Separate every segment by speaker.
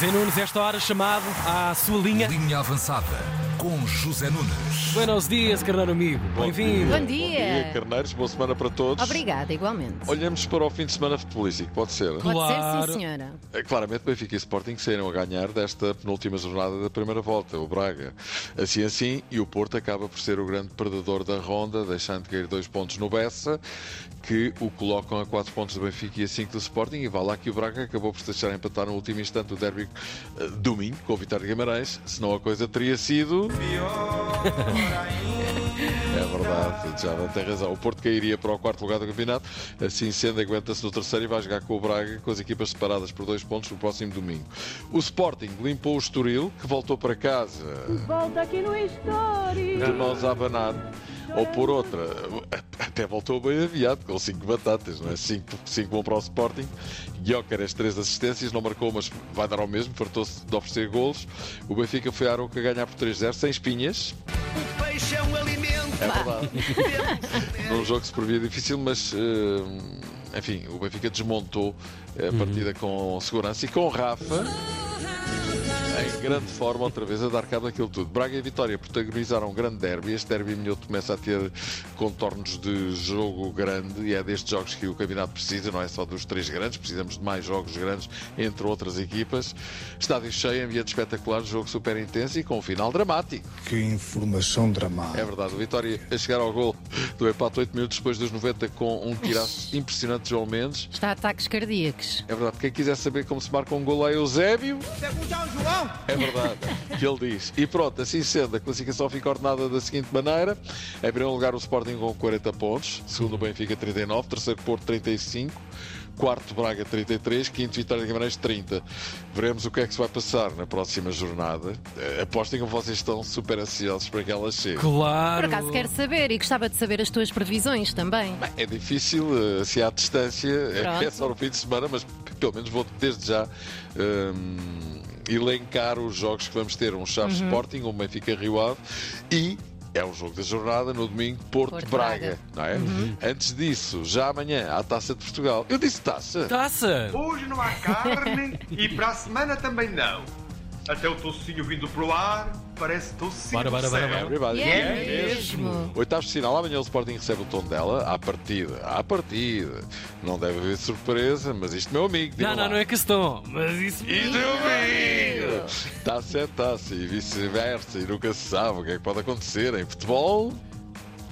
Speaker 1: Zé Nunes, esta hora, chamado à sua linha.
Speaker 2: Linha avançada com José Nunes.
Speaker 1: Buenos dias, carneiro amigo. Bem-vindo.
Speaker 3: Bom dia.
Speaker 4: Bom dia, carneiros. Boa semana para todos.
Speaker 3: Obrigada, igualmente.
Speaker 4: Olhamos para o fim de semana futebolístico, pode ser?
Speaker 3: Pode ser,
Speaker 1: Claro.
Speaker 3: sim, senhora.
Speaker 4: É, Claramente, Benfica e Sporting saíram a ganhar desta penúltima jornada da primeira volta, o Braga. Assim assim, e o Porto acaba por ser o grande perdedor da ronda, deixando cair dois pontos no Bessa, que o colocam a quatro pontos do Benfica e a cinco do Sporting, e vá lá que o Braga acabou por se deixar empatar no último instante o derby eh, domingo com o Vitória de Guimarães, senão a coisa teria sido... É verdade, já não tem razão. O Porto cairia para o quarto lugar do campeonato, assim sendo, aguenta-se no terceiro e vai jogar com o Braga, com as equipas separadas por dois pontos no próximo domingo. O Sporting limpou o Estoril, que voltou para casa
Speaker 5: Volta aqui no História.
Speaker 4: de mãos a abanar. Ou por outra, até voltou bem aviado, com cinco batatas, não é? 5 1 para o Sporting. Guiocares, três assistências, não marcou, mas vai dar ao mesmo, fartou-se de oferecer golos. O Benfica foi à Aroca ganhar por 3-0, sem espinhas.
Speaker 6: O peixe é um alimento.
Speaker 4: É verdade. Num jogo que se previa difícil, mas eh, enfim, o Benfica desmontou a partida com segurança e com Rafa. Em grande forma, outra vez, a dar cabo daquilo tudo. Braga e Vitória protagonizaram um grande derby. Este derby minhoto começa a ter contornos de jogo grande e é destes jogos que o campeonato precisa, não é só dos três grandes, precisamos de mais jogos grandes entre outras equipas. Estádio cheio, ambiente espetacular, jogo super intenso e com um final dramático.
Speaker 7: Que informação dramática.
Speaker 4: É verdade, o Vitória a chegar ao gol do empate 8 minutos depois dos 90 com um tiraço impressionante de João Mendes.
Speaker 3: Está a ataques cardíacos.
Speaker 4: É verdade, quem quiser saber como se marca um gol a Eusébio, é verdade, que ele diz. E pronto, assim sendo, a classificação fica ordenada da seguinte maneira: em primeiro lugar, o Sporting com 40 pontos, segundo, o Benfica 39, terceiro, Porto 35. Quarto Braga 33, quinto Vitória de Guimarães 30. Veremos o que é que se vai passar na próxima jornada. Eh, Apostem que vocês estão super ansiosos para que ela chegue.
Speaker 3: Por
Speaker 1: Claro.
Speaker 3: acaso quero saber e gostava de saber as tuas previsões também.
Speaker 4: É difícil, eh, se há distância,
Speaker 3: Pronto.
Speaker 4: é só no fim de semana, mas pelo menos vou desde já hum, elencar os jogos que vamos ter: um Chaves
Speaker 3: Uhum.
Speaker 4: Sporting, um Benfica Rio Ave e. É o jogo da jornada no domingo,
Speaker 3: Porto Uhum.
Speaker 4: Porto-Braga. não é? Antes disso, já amanhã, há a taça de Portugal. Eu disse taça.
Speaker 3: Tá.
Speaker 1: Taça.
Speaker 6: Hoje não há carne e para a semana também não. Até o tocinho vindo pro ar, parece tocinho
Speaker 1: Bora,
Speaker 6: do
Speaker 1: bora, bora,
Speaker 6: céu.
Speaker 1: bora.
Speaker 4: Everybody.
Speaker 3: E é mesmo.
Speaker 4: Oitavos de final, amanhã o Sporting recebe o tom dela à partida. À partida. Não deve haver surpresa, mas isto, meu amigo. diga
Speaker 1: Não, não,
Speaker 4: lá.
Speaker 1: não é questão. Mas isso.
Speaker 4: E domingo! Taça é taça e vice-versa, e nunca se sabe o que é que pode acontecer em futebol.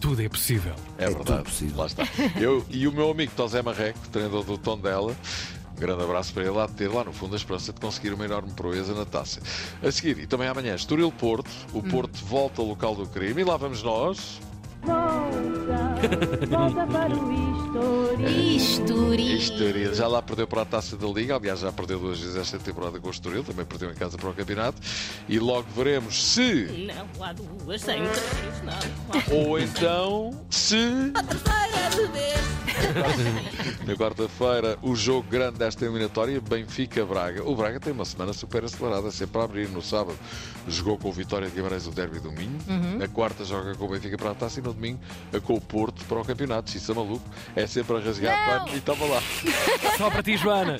Speaker 1: Tudo é possível.
Speaker 4: É, verdade, lá está. Eu e o meu amigo Tosé Marreco, treinador do Tondela, um grande abraço para ele, há de ter lá no fundo a esperança de conseguir uma enorme proeza na taça. A seguir, e também amanhã, Estoril Porto, o Porto volta ao local do crime e lá vamos nós.
Speaker 5: Volta, volta para o História.
Speaker 3: História.
Speaker 4: Estoril é já lá perdeu para a taça da Liga, aliás, já perdeu duas vezes esta temporada com o Estoril, também perdeu em casa para o campeonato, e logo veremos se.
Speaker 8: Não há duas sem três, não há
Speaker 4: Ou então, se
Speaker 8: terceira de vez.
Speaker 4: na quarta-feira o jogo grande desta eliminatória, Benfica-Braga. O Braga tem uma semana super acelerada, sempre a abrir no sábado. Jogou com o Vitória de Guimarães o derby domingo.
Speaker 8: Uhum.
Speaker 4: Na quarta joga com o Benfica para a taça e no domingo a com o Porto para o campeonato. Se isso é maluco, é sempre a rasgar pano e toma lá.
Speaker 1: Só para ti, Joana.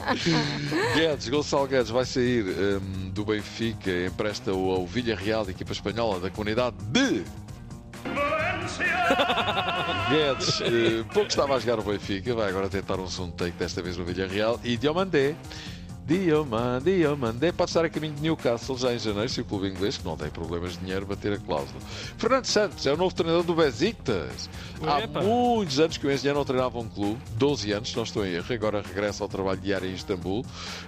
Speaker 4: Guedes, Gonçalo Guedes vai sair hum, do Benfica, empresta-o ao Villarreal, equipa espanhola da comunidade de... Guedes, eh, pouco estava a jogar o Benfica, vai agora tentar um segundo take, desta vez no Villarreal, e Diomandé. Diomandé, Diomandé pode estar a caminho de Newcastle já em janeiro, se o clube inglês, que não tem problemas de dinheiro, bater a cláusula. Fernando Santos é o novo treinador do Besiktas. Há
Speaker 1: Epa.
Speaker 4: muitos anos que o engenheiro não treinava um clube, 12 anos, se não estou em erro, agora regressa ao trabalho diário em Istambul,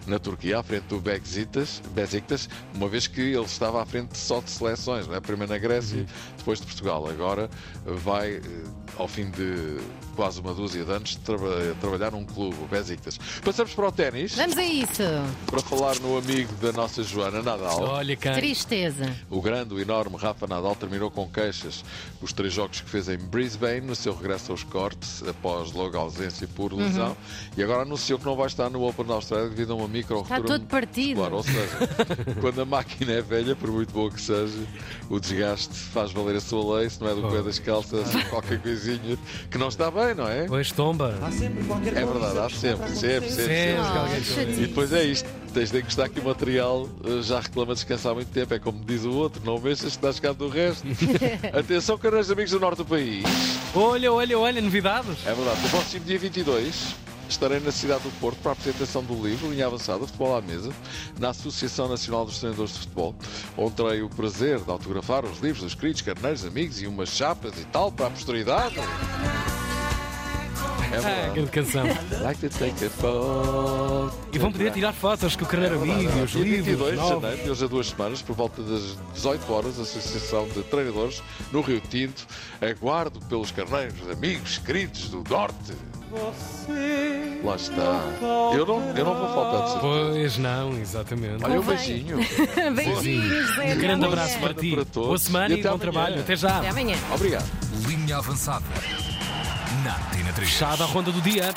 Speaker 4: na Turquia, à frente do Besiktas, Besiktas uma vez que ele estava à frente só de seleções, não é? primeiro na Grécia, depois de Portugal. Agora vai, eh, ao fim de quase uma dúzia de anos, traba- trabalhar num clube, o Besiktas. Passamos para o ténis,
Speaker 3: Vamos a isso.
Speaker 4: para falar no amigo da nossa Joana Nadal.
Speaker 1: Olha, cara.
Speaker 3: Tristeza.
Speaker 4: O grande, o enorme Rafa Nadal terminou com queixas os três jogos que fez em Brisbane no seu regresso aos cortes, após longa ausência por lesão,
Speaker 3: Uhum.
Speaker 4: e agora anunciou que não vai estar no Open da Austrália devido a uma micro
Speaker 3: Está todo partido.
Speaker 4: Claro, ou seja, quando a máquina é velha, por muito boa que seja, o desgaste faz valer a sua lei, se não é do pé das calças, qualquer coisinha que não está bem, não é?
Speaker 1: Pois tomba.
Speaker 4: É verdade, há sempre, sempre, sempre. sempre.
Speaker 1: Sempre.
Speaker 3: Oh,
Speaker 4: E
Speaker 3: chatinho.
Speaker 4: depois é isto. Tens de encostar que o material eh, já reclama descansar há muito tempo. É como diz o outro, não mexas que dás cabo do resto. Atenção, caros amigos do norte do país.
Speaker 1: Olha, olha, olha, novidades.
Speaker 4: É verdade. No próximo dia 22 estarei na cidade do Porto para a apresentação do livro Linha Avançada, Futebol à Mesa, na Associação Nacional dos Treinadores de Futebol, onde terei o prazer de autografar os livros dos queridos carneiros, amigos e umas chapas e tal para a posteridade. É
Speaker 1: Ah,
Speaker 4: verdade.
Speaker 1: grande canção.
Speaker 4: Like to take a photo.
Speaker 1: E vão poder tirar fotos com o carneiro amigo, os
Speaker 4: É Dia 22
Speaker 1: livros,
Speaker 4: de
Speaker 1: novos.
Speaker 4: janeiro, de hoje a duas semanas, por volta das 18 horas, a Associação de Treinadores no Rio Tinto. Aguardo pelos carneiros, amigos, queridos do Norte. Lá está. Eu não, eu não vou faltar de certeza.
Speaker 1: Pois não, exatamente.
Speaker 4: Olha, um
Speaker 3: Convém.
Speaker 4: beijinho.
Speaker 3: Beijinhos, Zé.
Speaker 1: Um grande
Speaker 3: Até
Speaker 1: abraço
Speaker 3: amanhã.
Speaker 1: para ti.
Speaker 4: Para todos.
Speaker 1: Boa semana
Speaker 4: E
Speaker 1: e,
Speaker 4: até
Speaker 1: bom
Speaker 4: amanhã.
Speaker 1: trabalho. Até já.
Speaker 3: Até amanhã.
Speaker 4: Obrigado.
Speaker 2: Linha avançada. Na Tina 3.
Speaker 1: Fechada a ronda do dia.